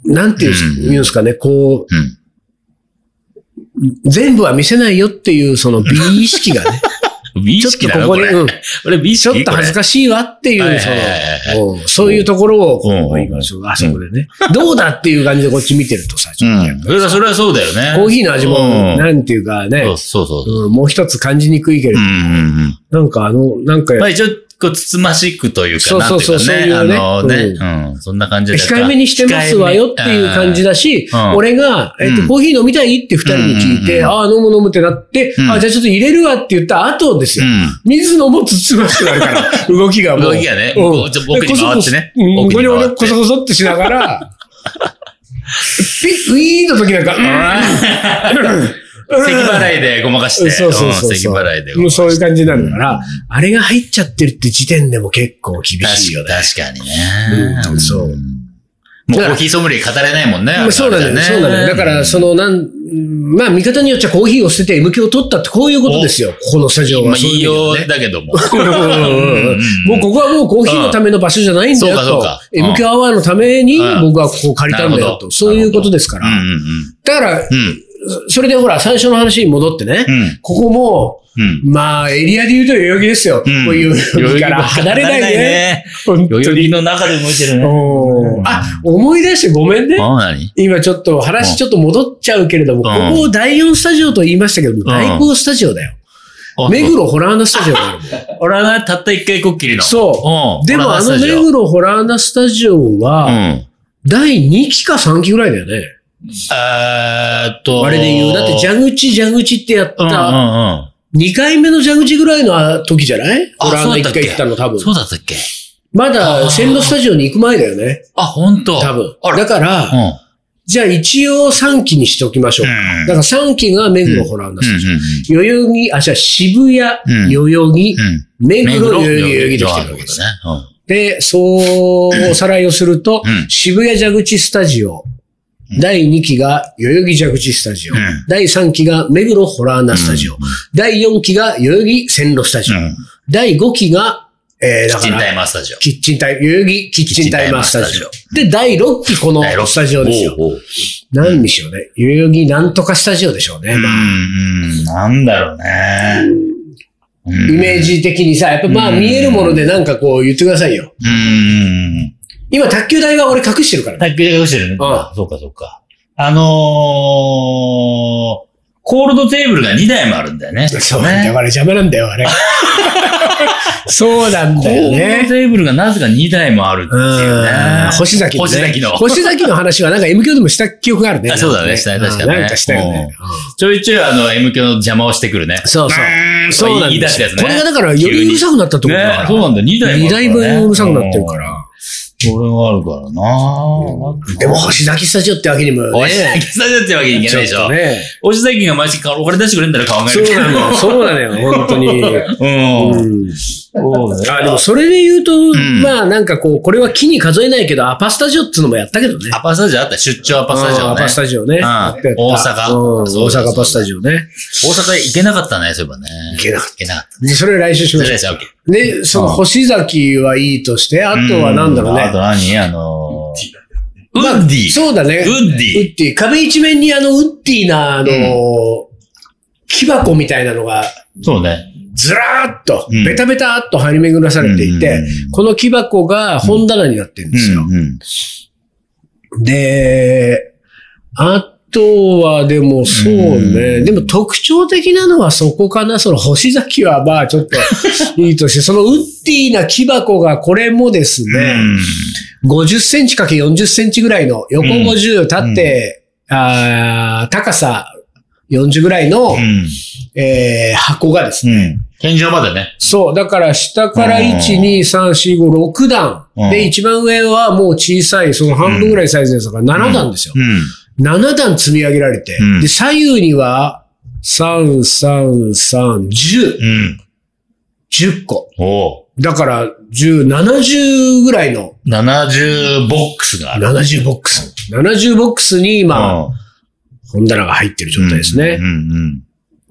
[SPEAKER 1] なんていうんです
[SPEAKER 2] うん
[SPEAKER 1] 言うんですかね、こ
[SPEAKER 2] うん。
[SPEAKER 1] う、全部は見せないよっていう、その美意識がね、
[SPEAKER 2] 美意
[SPEAKER 1] ちょっ
[SPEAKER 2] 識
[SPEAKER 1] と
[SPEAKER 2] なの
[SPEAKER 1] こ
[SPEAKER 2] こ
[SPEAKER 1] こに、
[SPEAKER 2] れ。
[SPEAKER 1] うん、
[SPEAKER 2] 俺美意
[SPEAKER 1] ち
[SPEAKER 2] 識
[SPEAKER 1] ょっと恥ず
[SPEAKER 2] か
[SPEAKER 1] かしいわってい、
[SPEAKER 2] はいうはい
[SPEAKER 1] そ
[SPEAKER 2] はいはい
[SPEAKER 1] の、うんそういうところを、こ
[SPEAKER 2] うん
[SPEAKER 1] う今そうあそこでね、どうだっていう感じでこっち見てるとさ、ち
[SPEAKER 2] う
[SPEAKER 1] ょっと
[SPEAKER 2] ん。それはそれはそうだよね。
[SPEAKER 1] コーヒーの味も、
[SPEAKER 2] うん
[SPEAKER 1] なんていうかね、
[SPEAKER 2] そうそうそう。
[SPEAKER 1] うんもう一つ感じにくいけれ
[SPEAKER 2] う
[SPEAKER 1] ど
[SPEAKER 2] ん、うんうん。
[SPEAKER 1] なんかあの、なんか、
[SPEAKER 2] まあ一応、こう、つつましくというか、
[SPEAKER 1] そうそうそう
[SPEAKER 2] なんてい
[SPEAKER 1] そう
[SPEAKER 2] か
[SPEAKER 1] いうね
[SPEAKER 2] ね。あのね、うん。そんな感じで。
[SPEAKER 1] 控えめにしてますわよっていう感じだし
[SPEAKER 2] うん、俺、
[SPEAKER 1] 俺が、えっ
[SPEAKER 2] う
[SPEAKER 1] と、
[SPEAKER 2] ん
[SPEAKER 1] コーヒー飲みたいって二人に聞いて、
[SPEAKER 2] うん
[SPEAKER 1] ああ、飲む飲むってなって、
[SPEAKER 2] うん
[SPEAKER 1] あじゃあちょっと入れるわって言った後です
[SPEAKER 2] う
[SPEAKER 1] よ。
[SPEAKER 2] ん。
[SPEAKER 1] 水飲もうとつましくなるから、 動きがもう。
[SPEAKER 2] 動きがね、
[SPEAKER 1] うん
[SPEAKER 2] こうちょっと奥に回ってね。
[SPEAKER 1] うん
[SPEAKER 2] 奥
[SPEAKER 1] ゴリ
[SPEAKER 2] に
[SPEAKER 1] ゴ
[SPEAKER 2] 回
[SPEAKER 1] リ
[SPEAKER 2] っ
[SPEAKER 1] コ
[SPEAKER 2] て
[SPEAKER 1] ソ。コソってしなが ら、ピッ、ウィーンの時なんか、うん
[SPEAKER 2] 咳払いでごまかして。
[SPEAKER 1] そうそうそううん
[SPEAKER 2] 咳
[SPEAKER 1] そう。
[SPEAKER 2] 払いで
[SPEAKER 1] も
[SPEAKER 2] ごま
[SPEAKER 1] う
[SPEAKER 2] かして。
[SPEAKER 1] そういう感じになるから、あれが入っちゃってるって時点でも結構厳しいよ
[SPEAKER 2] 確
[SPEAKER 1] ね。
[SPEAKER 2] か確かにね。
[SPEAKER 1] うんそう
[SPEAKER 2] もうコーヒーソムリエ語れないもんね。
[SPEAKER 1] まあそうなんだよね。そうなんだよ。だから、その、なん、うんまあ、見方によっちゃコーヒーを捨てて M 響を取ったって、こういうことですよ。ここのスタジオ
[SPEAKER 2] ま
[SPEAKER 1] は
[SPEAKER 2] あ、
[SPEAKER 1] そう
[SPEAKER 2] 言
[SPEAKER 1] いう
[SPEAKER 2] い
[SPEAKER 1] 意
[SPEAKER 2] よ
[SPEAKER 1] 味
[SPEAKER 2] う
[SPEAKER 1] で
[SPEAKER 2] だけども。
[SPEAKER 1] はね。うんうんうんもうここはもうコーヒーのための場所じゃないんだよ
[SPEAKER 2] うんそう
[SPEAKER 1] と
[SPEAKER 2] か。そうかうん
[SPEAKER 1] M 響アワーのために
[SPEAKER 2] うん
[SPEAKER 1] 僕はここを借りたんだ
[SPEAKER 2] なる
[SPEAKER 1] よ
[SPEAKER 2] ほ
[SPEAKER 1] と。
[SPEAKER 2] ど
[SPEAKER 1] そういうことですか
[SPEAKER 2] うん
[SPEAKER 1] ら。だから、
[SPEAKER 2] うんうん。
[SPEAKER 1] それでほら、最初の話に戻ってね
[SPEAKER 2] う。ん。
[SPEAKER 1] ここも、
[SPEAKER 2] うん。
[SPEAKER 1] まあ、エリアで言うと代々木ですよ。こう
[SPEAKER 2] うん
[SPEAKER 1] いう海から離れないね。。本当
[SPEAKER 2] 代々
[SPEAKER 1] に。
[SPEAKER 2] 木の中で動いてるね。
[SPEAKER 1] おーあ、思い出してごめんね。
[SPEAKER 2] あ、何
[SPEAKER 1] 今ちょっと話ちょっと戻っちゃうけれども、こ
[SPEAKER 2] うん
[SPEAKER 1] こを第4スタジオと言いましたけども、
[SPEAKER 2] ん
[SPEAKER 1] 第5スタジオだよ。
[SPEAKER 2] あ
[SPEAKER 1] 目黒ホラーナスタジオがあるもん。
[SPEAKER 2] 俺はな、たった一回こっきりの。
[SPEAKER 1] そうう。
[SPEAKER 2] ん
[SPEAKER 1] でもあの目黒ホラーナスタジオ
[SPEAKER 2] う
[SPEAKER 1] は、
[SPEAKER 2] ん。
[SPEAKER 1] 第2期か3期ぐらいだよね。
[SPEAKER 2] えーっと。
[SPEAKER 1] あれで言う。だって蛇口、蛇口ってやっ
[SPEAKER 2] うんうん
[SPEAKER 1] た、2回目の蛇口ぐらいの時じゃない
[SPEAKER 2] あ
[SPEAKER 1] ホラーナ
[SPEAKER 2] そう
[SPEAKER 1] 1
[SPEAKER 2] だったっけ
[SPEAKER 1] 回行ったの多
[SPEAKER 2] うん。
[SPEAKER 1] 分。
[SPEAKER 2] そうだったっけ
[SPEAKER 1] まだ線路スタジオに行く前だよね。
[SPEAKER 2] あ、ほんと。
[SPEAKER 1] 多分
[SPEAKER 2] あ。ら
[SPEAKER 1] だから、
[SPEAKER 2] うん。
[SPEAKER 1] じゃあ一応3期にしておきましょう。
[SPEAKER 2] うん
[SPEAKER 1] だから3期が目黒ホラーナスタジオ。
[SPEAKER 2] う
[SPEAKER 1] 代々木、あ、じゃあ渋谷、
[SPEAKER 2] ん
[SPEAKER 1] 代々木、
[SPEAKER 2] ん。うん。
[SPEAKER 1] 目黒、代々木、
[SPEAKER 2] 代
[SPEAKER 1] 代々
[SPEAKER 2] 々
[SPEAKER 1] 木と来てる
[SPEAKER 2] 木と来てる
[SPEAKER 1] わ
[SPEAKER 2] わ
[SPEAKER 1] け
[SPEAKER 2] け
[SPEAKER 1] で
[SPEAKER 2] ですす
[SPEAKER 1] ね。
[SPEAKER 2] ね。
[SPEAKER 1] で、そう、おさらいをすると、
[SPEAKER 2] うん
[SPEAKER 1] 渋谷蛇口スタジオ、第2期が代々木蛇口スタジオ、
[SPEAKER 2] うん
[SPEAKER 1] 第3期が目黒ホラーナスタジオ、
[SPEAKER 2] うん
[SPEAKER 1] 第4期が代々木線路スタジオ、
[SPEAKER 2] うん。うん。
[SPEAKER 1] 第5期が、えー、
[SPEAKER 2] キ
[SPEAKER 1] だ
[SPEAKER 2] ッ
[SPEAKER 1] か
[SPEAKER 2] チンタ
[SPEAKER 1] ら、
[SPEAKER 2] イマースタジオ。
[SPEAKER 1] キッチンタイム、代々木キッチンタイマースタジオ
[SPEAKER 2] キッ。
[SPEAKER 1] で、第6期このスタジオですよ。
[SPEAKER 2] おうおう
[SPEAKER 1] 何にしようね。代々木なんとかスタジオでしょうね。
[SPEAKER 2] うん
[SPEAKER 1] まあ
[SPEAKER 2] うん。なんだろうね。
[SPEAKER 1] イメージ的にさ、やっぱまあ
[SPEAKER 2] うん
[SPEAKER 1] 見えるものでなんかこう言ってくださいよ。
[SPEAKER 2] うん。
[SPEAKER 1] 今、卓球台は俺隠してるからね。
[SPEAKER 2] 卓球が落ちてるね。
[SPEAKER 1] う
[SPEAKER 2] そうか、そうか。あのー、コールドテーブルが2台もあるんだよね。
[SPEAKER 1] そうなんだよ、あれ邪魔なんだよ、あれ。そうなん
[SPEAKER 2] コ
[SPEAKER 1] だよ
[SPEAKER 2] ールド
[SPEAKER 1] ね。
[SPEAKER 2] テーブルがなぜか2台もあるって
[SPEAKER 1] う
[SPEAKER 2] いうんね。
[SPEAKER 1] 星崎の、ね。
[SPEAKER 2] 星崎の
[SPEAKER 1] 星崎の話はなんか M 教でもした記憶があるね。
[SPEAKER 2] あそうだねしたね確かにね
[SPEAKER 1] うんなんかしたよね。
[SPEAKER 2] ちょいちょいあの、M 響の邪魔をしてくるね。
[SPEAKER 1] そうそう。
[SPEAKER 2] う
[SPEAKER 1] そうなん
[SPEAKER 2] 言い出
[SPEAKER 1] で
[SPEAKER 2] し
[SPEAKER 1] す
[SPEAKER 2] たや
[SPEAKER 1] よ
[SPEAKER 2] つね。
[SPEAKER 1] これがだから、よりうるさくなったってことだ
[SPEAKER 2] ね
[SPEAKER 1] か、
[SPEAKER 2] そう
[SPEAKER 1] ら。
[SPEAKER 2] なんだ、2台
[SPEAKER 1] 二
[SPEAKER 2] もあるから、ね。
[SPEAKER 1] 台分うるさくなってるから。
[SPEAKER 2] うん。これがあるからな、
[SPEAKER 1] でも、星崎スタジオってわけにも
[SPEAKER 2] お
[SPEAKER 1] ね。
[SPEAKER 2] しさきさじゃってわけにいけないでし
[SPEAKER 1] ちょっ
[SPEAKER 2] ょ
[SPEAKER 1] と。ね。
[SPEAKER 2] おしさきがマジか、俺出してくれんだら考え
[SPEAKER 1] そ
[SPEAKER 2] る
[SPEAKER 1] う
[SPEAKER 2] けど。
[SPEAKER 1] なのよ。そうなのよ、本当に。
[SPEAKER 2] うん。
[SPEAKER 1] うん
[SPEAKER 2] そうね
[SPEAKER 1] あでもそれで言うと、
[SPEAKER 2] ん
[SPEAKER 1] まあなんかこう、これは木に数えないけど、アパスタジオっつうのもやったけどね。
[SPEAKER 2] アパスタジオあった出張アパスタジ
[SPEAKER 1] うん
[SPEAKER 2] オ
[SPEAKER 1] ア
[SPEAKER 2] ね。
[SPEAKER 1] パスタジオね。
[SPEAKER 2] ん
[SPEAKER 1] やったやった
[SPEAKER 2] 大
[SPEAKER 1] う
[SPEAKER 2] 阪
[SPEAKER 1] ん
[SPEAKER 2] そうそう
[SPEAKER 1] 大阪アパスタジオね。
[SPEAKER 2] 大阪行けなかったね、そういえばね。
[SPEAKER 1] 行けなか
[SPEAKER 2] った。行けなかった。
[SPEAKER 1] でそれ来週し
[SPEAKER 2] そ
[SPEAKER 1] ま
[SPEAKER 2] れ
[SPEAKER 1] しょ
[SPEAKER 2] でした、オッケー。
[SPEAKER 1] う。で、その星崎はいいとして、あとはなんだろう
[SPEAKER 2] あと
[SPEAKER 1] ね。
[SPEAKER 2] 何あのー、ウ
[SPEAKER 1] まあ
[SPEAKER 2] ッディ。
[SPEAKER 1] そうだね。ウッ
[SPEAKER 2] ウッディ。
[SPEAKER 1] ディ。壁一面にあの、ウッディな、あの、木箱みたいなのが、
[SPEAKER 2] そうね。
[SPEAKER 1] ずらーっと
[SPEAKER 2] うん、
[SPEAKER 1] ベタベタっと張り巡らされていて、
[SPEAKER 2] うん
[SPEAKER 1] この木箱が本棚になってるんですよ。
[SPEAKER 2] うん。
[SPEAKER 1] で、あとはでもそうね、
[SPEAKER 2] うん
[SPEAKER 1] でも特徴的なのはそこかな、その星崎はまあちょ っといいとして、そのウッディな木箱がこれもですね、50センチかけ40センチぐらいの横50立って、あー高さ40ぐらいの、
[SPEAKER 2] うん。
[SPEAKER 1] えー箱がですね、
[SPEAKER 2] うん。天井までね。
[SPEAKER 1] そう。だから下から
[SPEAKER 2] うん
[SPEAKER 1] 1、2、3、4、5、6段。
[SPEAKER 2] うん
[SPEAKER 1] で、一番上はもう小さい、その半分ぐらいサイズですから7段ですよ。
[SPEAKER 2] うん。
[SPEAKER 1] 7段積み上げられて、
[SPEAKER 2] うん
[SPEAKER 1] で、左右には、3、3、3、10、
[SPEAKER 2] うん。
[SPEAKER 1] 10個。
[SPEAKER 2] おう
[SPEAKER 1] だから、10、70ぐらいの、
[SPEAKER 2] 70ボックスがある。
[SPEAKER 1] 70ボックス。70ボックスに、まあ、
[SPEAKER 2] あ、
[SPEAKER 1] 本棚が入ってる状態です
[SPEAKER 2] う
[SPEAKER 1] ね。
[SPEAKER 2] んうん。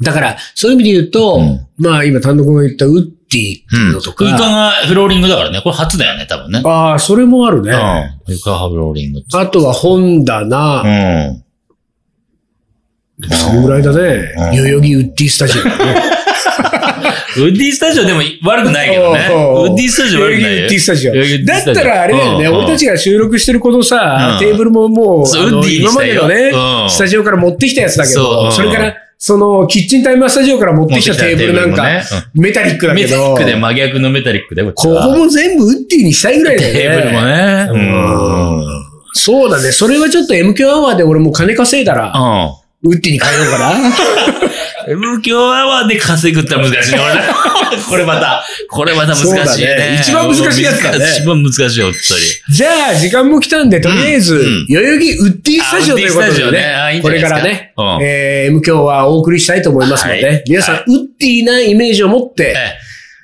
[SPEAKER 1] だから、そういう意味で言うと、
[SPEAKER 2] うん
[SPEAKER 1] まあ、今、単独が言ったウッディっていうのと
[SPEAKER 2] 床
[SPEAKER 1] か、
[SPEAKER 2] がフローリングだからね。これ初だよね、多分ね。
[SPEAKER 1] ああ、それもあるね。
[SPEAKER 2] うん。床がフローリング。
[SPEAKER 1] あとは本棚、
[SPEAKER 2] うん。
[SPEAKER 1] それぐらいだ
[SPEAKER 2] うん
[SPEAKER 1] ね。代々木ウッディスタジオだね。
[SPEAKER 2] ウッディスタジオでも悪くないけどね。
[SPEAKER 1] おうおう
[SPEAKER 2] ウッディスタジオ
[SPEAKER 1] 代々木ウ
[SPEAKER 2] 悪くないよ
[SPEAKER 1] ッディ。スタジオ
[SPEAKER 2] 代々木ウッ。ディ
[SPEAKER 1] だ
[SPEAKER 2] ス
[SPEAKER 1] っ
[SPEAKER 2] タジオ
[SPEAKER 1] たらあれだよね、
[SPEAKER 2] うんうん
[SPEAKER 1] 俺たちが収録してるこのさ
[SPEAKER 2] う、ん
[SPEAKER 1] テーブルももう、
[SPEAKER 2] そう
[SPEAKER 1] あの
[SPEAKER 2] ウッディに
[SPEAKER 1] 今
[SPEAKER 2] し
[SPEAKER 1] ま
[SPEAKER 2] た
[SPEAKER 1] で
[SPEAKER 2] よ
[SPEAKER 1] のね
[SPEAKER 2] う、ん
[SPEAKER 1] スタジオから持ってきたやつだけ
[SPEAKER 2] そうう
[SPEAKER 1] ど、
[SPEAKER 2] ん
[SPEAKER 1] それから、その、キッチンタイマースタジオから持ってきたテーブルなん
[SPEAKER 2] 持っ
[SPEAKER 1] か
[SPEAKER 2] てきたテーブルね、
[SPEAKER 1] メタリックだ
[SPEAKER 2] メ
[SPEAKER 1] け
[SPEAKER 2] タリッ
[SPEAKER 1] ど、こ
[SPEAKER 2] クで真逆のメタリックで。こっちは
[SPEAKER 1] こも全部ウッディにしたいぐらいだよね。
[SPEAKER 2] テーブルもね。うん。うん。
[SPEAKER 1] そうだね。それはちょっと MQ アワーで俺も金稼いだら、ウッディに変えようかな。
[SPEAKER 2] 無教アワーで稼ぐってのは難しいね、俺ねこれまた、これまた難しい
[SPEAKER 1] そうだ
[SPEAKER 2] ね
[SPEAKER 1] ね。一番難しいやつだね
[SPEAKER 2] 一番難しいよ、本当に。
[SPEAKER 1] じゃあ、時間も来たんで、とりあえず、
[SPEAKER 2] うんうん
[SPEAKER 1] 代々木ウッディスタジオというこ
[SPEAKER 2] あウッディスタジ
[SPEAKER 1] と
[SPEAKER 2] オ
[SPEAKER 1] で
[SPEAKER 2] ねあい
[SPEAKER 1] ね
[SPEAKER 2] い、ん
[SPEAKER 1] こ
[SPEAKER 2] じゃない
[SPEAKER 1] れ
[SPEAKER 2] です
[SPEAKER 1] か
[SPEAKER 2] から
[SPEAKER 1] ね、
[SPEAKER 2] うん
[SPEAKER 1] えー、M 響はお送りしたいと思いますので、
[SPEAKER 2] はい
[SPEAKER 1] 皆さん、
[SPEAKER 2] はい
[SPEAKER 1] ウッディなイメージを持って、
[SPEAKER 2] え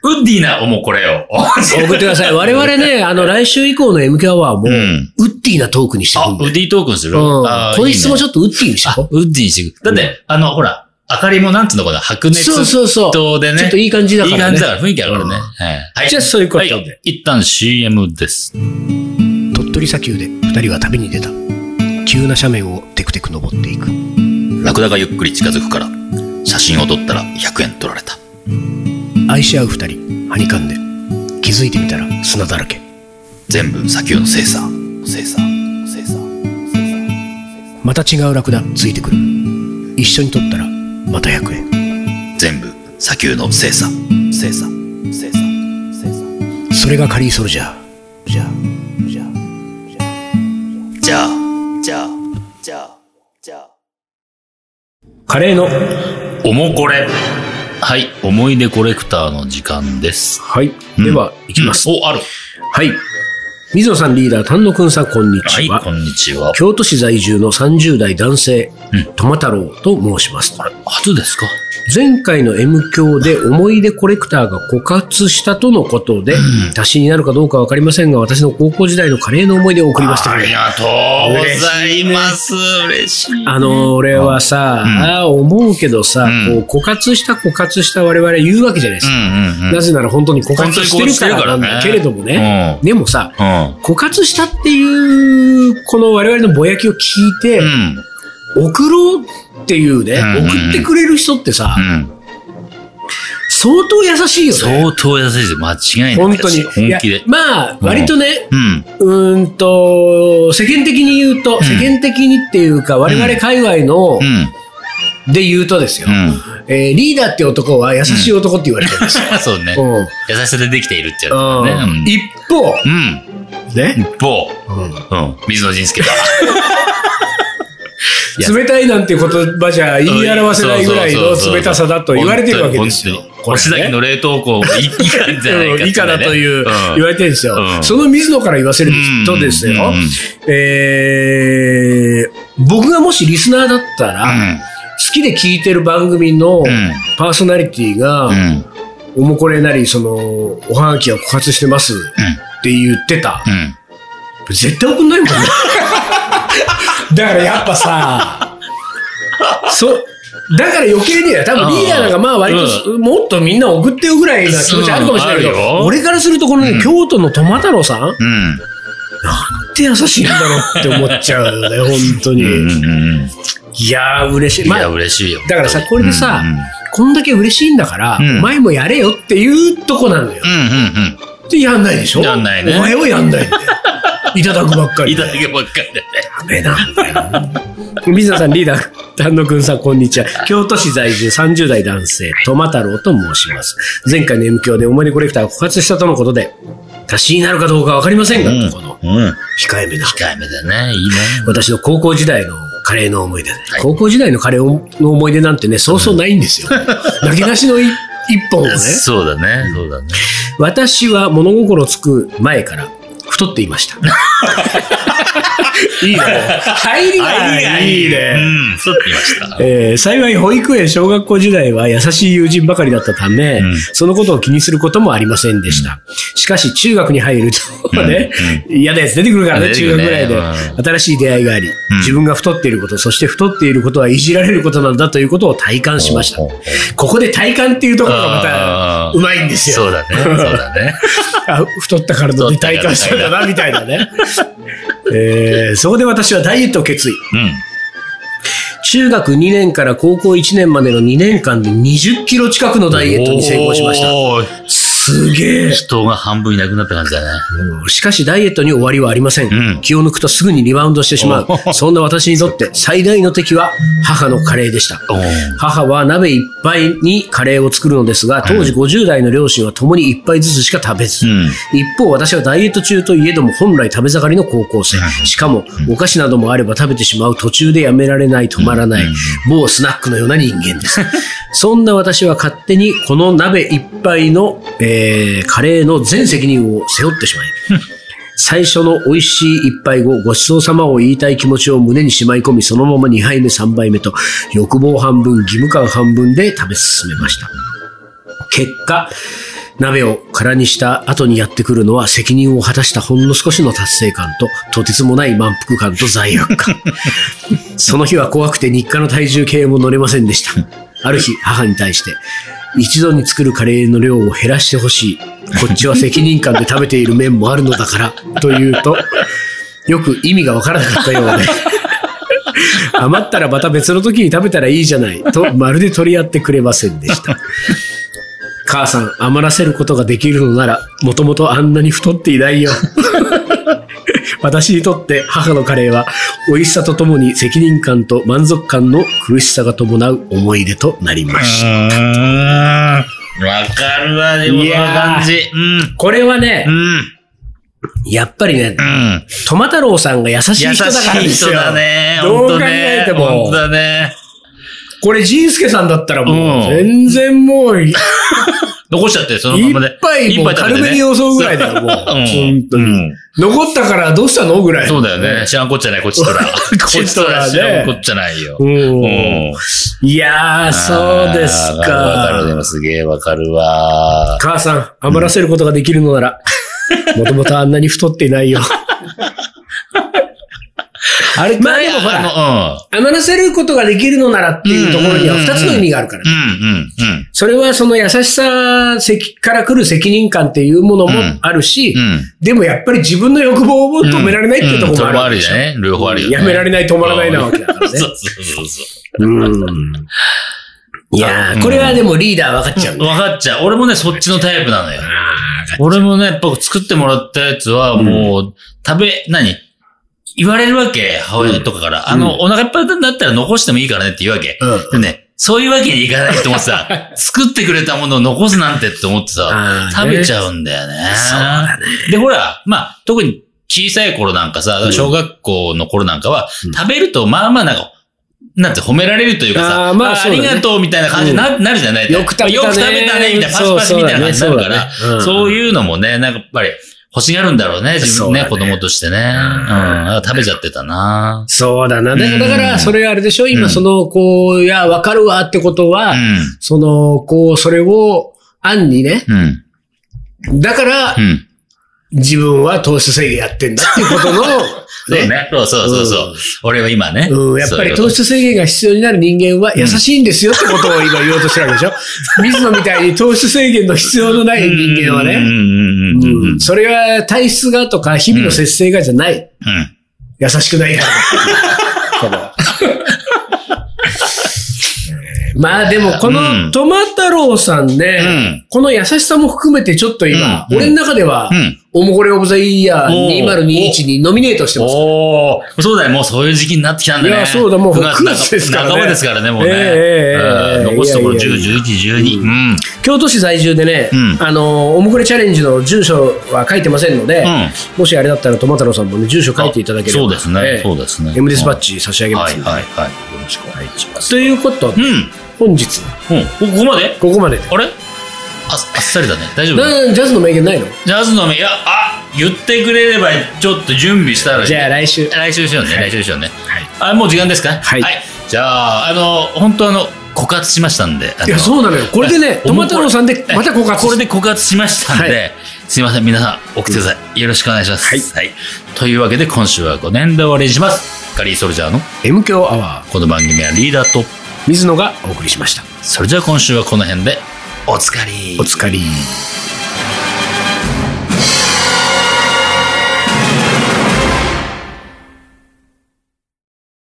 [SPEAKER 2] ウッディな、もうこれを。
[SPEAKER 1] 送ってくださ い。我々ね、あの、来週以降の M 響アワーも、
[SPEAKER 2] うん
[SPEAKER 1] ウッディなトークにしてい
[SPEAKER 2] あ、
[SPEAKER 1] く
[SPEAKER 2] ウ
[SPEAKER 1] んで。
[SPEAKER 2] ッディトークンす
[SPEAKER 1] う
[SPEAKER 2] る
[SPEAKER 1] ん。
[SPEAKER 2] あー
[SPEAKER 1] こいつも
[SPEAKER 2] いい
[SPEAKER 1] ち
[SPEAKER 2] ね
[SPEAKER 1] ょっとウッディにし
[SPEAKER 2] あ
[SPEAKER 1] よう。
[SPEAKER 2] ウッディにしていく。だって、あの、ほら、明かりもなんつうのかな、白熱
[SPEAKER 1] そうそうそう。
[SPEAKER 2] 灯でね。
[SPEAKER 1] ちょっといい感じだからね
[SPEAKER 2] いい感じだから、雰囲気あるからね。はい。
[SPEAKER 1] じゃあ、そういうこと
[SPEAKER 2] はい
[SPEAKER 1] で。
[SPEAKER 2] 一旦 CM です。
[SPEAKER 1] 鳥取砂丘で二人は旅に出た。急な斜面をテクテク登っていく。
[SPEAKER 2] ラクダがゆっくり近づくから、写真を撮ったら100円取られた。
[SPEAKER 1] 愛し合う二人、はにかんで。気づいてみたら砂だらけ。
[SPEAKER 2] 全部砂丘の精査。精査。精査。
[SPEAKER 1] また違うラクダついてくる一緒に取ったらまた100円
[SPEAKER 2] 全部砂丘の精査。精査。精査。精査。
[SPEAKER 1] それがカリーソルジャーじゃあじゃあ
[SPEAKER 2] じゃあ、じゃあ、じゃあ、じゃあ。
[SPEAKER 1] カレーの
[SPEAKER 2] おもこれ。はい。思い出コレクターの時間です。
[SPEAKER 1] はい、
[SPEAKER 2] うん
[SPEAKER 1] ではいきます、
[SPEAKER 2] お、ある。
[SPEAKER 1] はい水野さんリーダー丹野くんさんこんに
[SPEAKER 2] は
[SPEAKER 1] ち
[SPEAKER 2] い、
[SPEAKER 1] は、
[SPEAKER 2] こんにちは。
[SPEAKER 1] 京都市在住の30代男性、
[SPEAKER 2] うん
[SPEAKER 1] トマ太郎と申します。
[SPEAKER 2] 初ですか
[SPEAKER 1] 前回の M 教で思い出コレクターが枯渇したとのことで、足しになるかどうかわかりませんが、私の高校時代のカレーの思い出を送りました。
[SPEAKER 2] ありがとうございます。嬉しい。
[SPEAKER 1] あの、俺はさ、
[SPEAKER 2] うん
[SPEAKER 1] ああ思うけどさ、
[SPEAKER 2] うん
[SPEAKER 1] こう枯渇した枯渇した我々言うわけじゃないですか。
[SPEAKER 2] ん
[SPEAKER 1] なぜなら本当に枯渇してるからなんだ
[SPEAKER 2] 本当に枯渇し
[SPEAKER 1] け
[SPEAKER 2] てるからね
[SPEAKER 1] れども
[SPEAKER 2] う
[SPEAKER 1] ね。
[SPEAKER 2] ん。
[SPEAKER 1] でもさ、
[SPEAKER 2] うん。
[SPEAKER 1] 枯渇したっていう、この我々のぼやきを聞いて、
[SPEAKER 2] うん。
[SPEAKER 1] 送ろうっていうね、
[SPEAKER 2] うん
[SPEAKER 1] 送ってくれる人ってさ、
[SPEAKER 2] うん。
[SPEAKER 1] 相当優しいよね。
[SPEAKER 2] 相当優しいです。間違いない
[SPEAKER 1] 本
[SPEAKER 2] で
[SPEAKER 1] 当
[SPEAKER 2] す
[SPEAKER 1] に。
[SPEAKER 2] よ。本気
[SPEAKER 1] いや
[SPEAKER 2] で。
[SPEAKER 1] まあ、割とね、
[SPEAKER 2] うん。
[SPEAKER 1] うーんと、世間的に言うと、
[SPEAKER 2] ん
[SPEAKER 1] 世間的にっていうか、我々界隈の
[SPEAKER 2] う、ん。
[SPEAKER 1] で言うとですよ、
[SPEAKER 2] う
[SPEAKER 1] えーリーダーって男は優しい男って言われてるんですよ。
[SPEAKER 2] ん。そうね。
[SPEAKER 1] うん
[SPEAKER 2] 優しさでできているってやつ
[SPEAKER 1] うん
[SPEAKER 2] だね。
[SPEAKER 1] 一方、
[SPEAKER 2] うん。
[SPEAKER 1] ね、
[SPEAKER 2] うん。某。
[SPEAKER 1] うん
[SPEAKER 2] うん。水野仁介が。いや
[SPEAKER 1] 冷たいなんて言葉じゃ言い表せないぐらいの冷たさだと言われてるわけですよ
[SPEAKER 2] 本当に。星崎の冷凍庫以下じゃないかってね、
[SPEAKER 1] うん以下だという、言われてるんですよ。
[SPEAKER 2] うん
[SPEAKER 1] その水野から言わせるとですよ、
[SPEAKER 2] うん
[SPEAKER 1] えー僕がもしリスナーだったら、好きで聞いてる番組の
[SPEAKER 2] ん
[SPEAKER 1] パーソナリティが、
[SPEAKER 2] うん。うん。
[SPEAKER 1] おもこれなり、その、おはがきが枯渇してますって言ってた。
[SPEAKER 2] うん。うん。
[SPEAKER 1] 絶対送んない もんね。だからやっぱさ、そう、だから余計にだよ。多分リーダーなんかまあ割と、もっとみんな送ってよぐらいな気持ちあるかもしれないけ
[SPEAKER 2] そうある
[SPEAKER 1] ど、
[SPEAKER 2] よ
[SPEAKER 1] 俺からするとこのね、京都のトマ太郎さんっ
[SPEAKER 2] うん。
[SPEAKER 1] て優しいんだろうって思っちゃうよね、本当に。
[SPEAKER 2] うんうんうん
[SPEAKER 1] いやー嬉しい。
[SPEAKER 2] い
[SPEAKER 1] まあ、
[SPEAKER 2] や、嬉しいよ。
[SPEAKER 1] だからさ、これでさ、こんだけ嬉しいんだから、
[SPEAKER 2] うん
[SPEAKER 1] お前もやれよっていうとこなのよ
[SPEAKER 2] う。んうん
[SPEAKER 1] で、やんないでしょ
[SPEAKER 2] やんないね
[SPEAKER 1] お前はやんないんだ よ。いただくばっか
[SPEAKER 2] うん。
[SPEAKER 1] り。
[SPEAKER 2] いただけばっかりでね。
[SPEAKER 1] ダメなんだよ。水野さん、リーダー、丹野くんさん、こんにちは。京都市在住30代男性、トマ太郎と申します。前回の M 響でおまりコレクターが枯渇したとのことで、足しになるかどうかわかりませんが、この、
[SPEAKER 2] うん。うん。
[SPEAKER 1] 控えめな。
[SPEAKER 2] 控えめだね。いいね。
[SPEAKER 1] 私の高校時代のカレーの思い出で、
[SPEAKER 2] い
[SPEAKER 1] 高校時代のカレーの思い出なんてね、そうそうないんですよ。泣き出しの一一本をね。
[SPEAKER 2] そうだね。そうだね。
[SPEAKER 1] 私は物心つく前から太っていま した。いいね。入りがいいね。
[SPEAKER 2] うん。そうって言いました。
[SPEAKER 1] えー幸い保育園小学校時代は優しい友人ばかりだったため、
[SPEAKER 2] うん
[SPEAKER 1] そのことを気にすることもありませんでした。しかし中学に入るとね、嫌なやつ出てくるからね、
[SPEAKER 2] 出て
[SPEAKER 1] 中
[SPEAKER 2] くる
[SPEAKER 1] 学
[SPEAKER 2] ね
[SPEAKER 1] ぐらいで、
[SPEAKER 2] う
[SPEAKER 1] 新しい出会いがあり、自分が太っていること、そして太っていることはいじられることなんだということを体感しました
[SPEAKER 2] ほうほうほ。
[SPEAKER 1] ここで体感っていうところがまた
[SPEAKER 2] あー
[SPEAKER 1] うまいんですよ。
[SPEAKER 2] そうだね。そうだね。
[SPEAKER 1] あ太った体で体感したんだな、みたいな ね。えーそこで私はダイエットを決意。
[SPEAKER 2] うん。
[SPEAKER 1] 中学2年から高校1年までの2年間で20キロ近くのダイエットに成功しました。
[SPEAKER 2] た。
[SPEAKER 1] すげえ。
[SPEAKER 2] 人が半分いなくなった感じだね。
[SPEAKER 1] しかしダイエットに終わりはありません。
[SPEAKER 2] うん
[SPEAKER 1] 気を抜くとすぐにリバウンドしてしまう。そんな私にとって最大の敵は母のカレーでした。
[SPEAKER 2] おー
[SPEAKER 1] 母は鍋いっぱいにカレーを作るのですが、当時50代の両親は共に1杯ずつしか食べず、
[SPEAKER 2] うん
[SPEAKER 1] 一方、私はダイエット中といえども本来食べ盛りの高校生。しかも、お菓子などもあれば食べてしまう途中でやめられない、止まらない、某スナックのような人間です。そんな私は勝手にこの鍋いっぱいの、えーカレーの全責任を背負ってしまい、最初の美味しい一杯後、ごちそうさまを言いたい気持ちを胸にしまい込み、そのまま2杯目、3杯目と、欲望半分、義務感半分で食べ進めました。結果、鍋を空にした後にやってくるのは責任を果たしたほんの少しの達成感と、とてつもない満腹感と罪悪感。その日は怖くて日課の体重計も乗れませんでした。ある日、母に対して、一度に作るカレーの量を減らしてほしい。こっちは責任感で食べている面もあるのだから、というと、よく意味がわからなかった ようで。余ったらまた別の時に食べたらいいじゃない、とまるで取り合ってくれませんでした。母さん、余らせることができるのなら、もともとあんなに太っていないよ。 私にとって母のカレーは、美味しさとともに責任感と満足感の苦しさが伴う思い出となりました。
[SPEAKER 2] わかるわ、でも
[SPEAKER 1] い
[SPEAKER 2] その
[SPEAKER 1] やー
[SPEAKER 2] 感じ。うん。
[SPEAKER 1] これはね
[SPEAKER 2] う、ん。
[SPEAKER 1] やっぱりね
[SPEAKER 2] う、ん。
[SPEAKER 1] トマ太郎さんが優しい
[SPEAKER 2] 優
[SPEAKER 1] 人だから
[SPEAKER 2] し
[SPEAKER 1] で
[SPEAKER 2] い
[SPEAKER 1] すよ。
[SPEAKER 2] 人だね。
[SPEAKER 1] どう考
[SPEAKER 2] 本当
[SPEAKER 1] え
[SPEAKER 2] ね
[SPEAKER 1] ても
[SPEAKER 2] 本当。だね。
[SPEAKER 1] これ、仁助さんだったらもう、
[SPEAKER 2] う
[SPEAKER 1] 全然もう、い
[SPEAKER 2] 残しちゃって、その
[SPEAKER 1] 一
[SPEAKER 2] ままで。
[SPEAKER 1] 杯もう軽めに
[SPEAKER 2] う
[SPEAKER 1] 襲うぐらいだ よ、もう。本当に。
[SPEAKER 2] ん。
[SPEAKER 1] 残ったからどうしたのぐらい。
[SPEAKER 2] そうだよね。知らんこっちゃない、こっち とら。こっちとら知らんこっちゃないよ。
[SPEAKER 1] うん
[SPEAKER 2] うん
[SPEAKER 1] いやー、そうですか。
[SPEAKER 2] あーわかる、でもすげえわかるわ。
[SPEAKER 1] 母さん、余らせることができるのなら、もともとあんなに太っていない よ。あれ、まあでもほら、
[SPEAKER 2] あ
[SPEAKER 1] 余らせることができるのならっていうところには二つの意味があるから
[SPEAKER 2] の、う。ん、うん、うん、
[SPEAKER 1] それはその優しさから来る責任感っていうものも
[SPEAKER 2] うん
[SPEAKER 1] あるし、
[SPEAKER 2] うん。
[SPEAKER 1] でもやっぱり自分の欲望を止められないっていうところもあるわけでしょ。
[SPEAKER 2] うんうん止まるよね両方あるよね
[SPEAKER 1] やめられない、止まらないなわけだからね
[SPEAKER 2] そ。うそうそうそう。
[SPEAKER 1] うん。いやー、これはでもリーダー分かっちゃう。
[SPEAKER 2] 分かっちゃう。俺もね、そっちのタイプなのよ。 俺もね、やっぱ作ってもらったやつは、もう、食べ、何言われるわけ、母親とかから。あの、お腹いっぱいになったら残してもいいからねって言うわけ。
[SPEAKER 1] うん
[SPEAKER 2] でね、そういうわけにいかないと思っ てさ、作ってくれたものを残すなんてって思って
[SPEAKER 1] あー
[SPEAKER 2] さ、食
[SPEAKER 1] ね
[SPEAKER 2] べちゃうんだよね。
[SPEAKER 1] そうだ
[SPEAKER 2] で、ほら、まあ、特に小さい頃なんかさ、
[SPEAKER 1] うん
[SPEAKER 2] 小学校の頃なんかは、
[SPEAKER 1] うん
[SPEAKER 2] 食べると、まあまあなんか、なんて褒められるというかさ、
[SPEAKER 1] あーまあ
[SPEAKER 2] ー
[SPEAKER 1] そうだね
[SPEAKER 2] ありがとうみたいな感じにな,、なるじゃない
[SPEAKER 1] よく食べたね。
[SPEAKER 2] よく食べたね、みたいな、パシパシみたいな感じになるから、そう
[SPEAKER 1] そういう
[SPEAKER 2] いうのもね、なんかやっぱり欲しがるんだろうね、自分ね、
[SPEAKER 1] そ
[SPEAKER 2] 子
[SPEAKER 1] うだね
[SPEAKER 2] 供としてね。うん、
[SPEAKER 1] ん
[SPEAKER 2] 食べちゃってたな
[SPEAKER 1] そうだな。だ
[SPEAKER 2] うん
[SPEAKER 1] だから、それあれでしょ
[SPEAKER 2] う
[SPEAKER 1] 今、
[SPEAKER 2] ん
[SPEAKER 1] その、こう、いや、わかるわってことは
[SPEAKER 2] う、ん。
[SPEAKER 1] その、こう、それを、案にね。
[SPEAKER 2] うん。
[SPEAKER 1] だから
[SPEAKER 2] う、ん。
[SPEAKER 1] 自分は糖質制限やってんだっていうことの、
[SPEAKER 2] そうね。そうそうそうそう。俺は今ね。
[SPEAKER 1] うん、やっぱり糖
[SPEAKER 2] 質。
[SPEAKER 1] 質制限が必要になる人間は優しいんですよってこと を今言おうとしてるわけでしょ、水野みたいに糖質制限の必要のない人間は
[SPEAKER 2] うん
[SPEAKER 1] ね、
[SPEAKER 2] うんうんうんうん。うん
[SPEAKER 1] うん、それは体質がとか日々の節制がじゃない。優しくない から。まあでもこ
[SPEAKER 2] う
[SPEAKER 1] の
[SPEAKER 2] ん
[SPEAKER 1] トマ太郎さんね、
[SPEAKER 2] うん
[SPEAKER 1] この優しさも含めてちょっと今、
[SPEAKER 2] うん
[SPEAKER 1] 俺の中では、
[SPEAKER 2] うん
[SPEAKER 1] オモコレオブザイヤー
[SPEAKER 2] おー
[SPEAKER 1] 2021にノミネートしてます。
[SPEAKER 2] おーそうだよ、もうそういう時期になってきたんだね。
[SPEAKER 1] いやそうだもう
[SPEAKER 2] 9月
[SPEAKER 1] 九月ですからね
[SPEAKER 2] 半ばですからね、もうね。
[SPEAKER 1] ええええええ
[SPEAKER 2] うん残すところ
[SPEAKER 1] いやいやいや
[SPEAKER 2] 10、11、12。うん。うん。
[SPEAKER 1] 京都市在住でね、
[SPEAKER 2] うん
[SPEAKER 1] あの、オモコレチャレンジの住所は書いてませんので、もしあれだったらトマ太郎さんもね、住所書いていただければ。
[SPEAKER 2] そうです
[SPEAKER 1] え
[SPEAKER 2] ね。
[SPEAKER 1] え
[SPEAKER 2] そうですね。
[SPEAKER 1] エムデスバッ
[SPEAKER 2] チ
[SPEAKER 1] ジ差し上げま
[SPEAKER 2] は
[SPEAKER 1] す
[SPEAKER 2] い
[SPEAKER 1] ので、
[SPEAKER 2] はいはい。よろしくお願いします。
[SPEAKER 1] ということ
[SPEAKER 2] う
[SPEAKER 1] で、
[SPEAKER 2] ん。
[SPEAKER 1] 本日は
[SPEAKER 2] うん、ここまで
[SPEAKER 1] ここまでで。
[SPEAKER 2] あれああっさりだね。大丈夫
[SPEAKER 1] なんジャズの名言ないの
[SPEAKER 2] ジャズのめ、いや、あ言ってくれれば、ちょっと準備したら、
[SPEAKER 1] じゃあ来週。
[SPEAKER 2] 来週しようね、来週しようね。
[SPEAKER 1] はい
[SPEAKER 2] あ、もう時間ですか
[SPEAKER 1] はい
[SPEAKER 2] じゃあ、あの、本当あの、枯渇しましたんで。あの
[SPEAKER 1] いや、そうなのよ。これでね、
[SPEAKER 2] え
[SPEAKER 1] トマ太郎さんで、またこうか、
[SPEAKER 2] これで枯渇しましたんで、
[SPEAKER 1] は
[SPEAKER 2] すいません、皆さん、送ってください。よろしくお願いします。
[SPEAKER 1] はい
[SPEAKER 2] というわけで、今週は5年で終わりにします。カリーソルジャーの、
[SPEAKER 1] M 強アワ
[SPEAKER 2] この番組はリーダーと、
[SPEAKER 1] ー、水野がお送りしました。
[SPEAKER 2] それじゃあ今週はこの辺で、おつかり
[SPEAKER 1] お疲れ。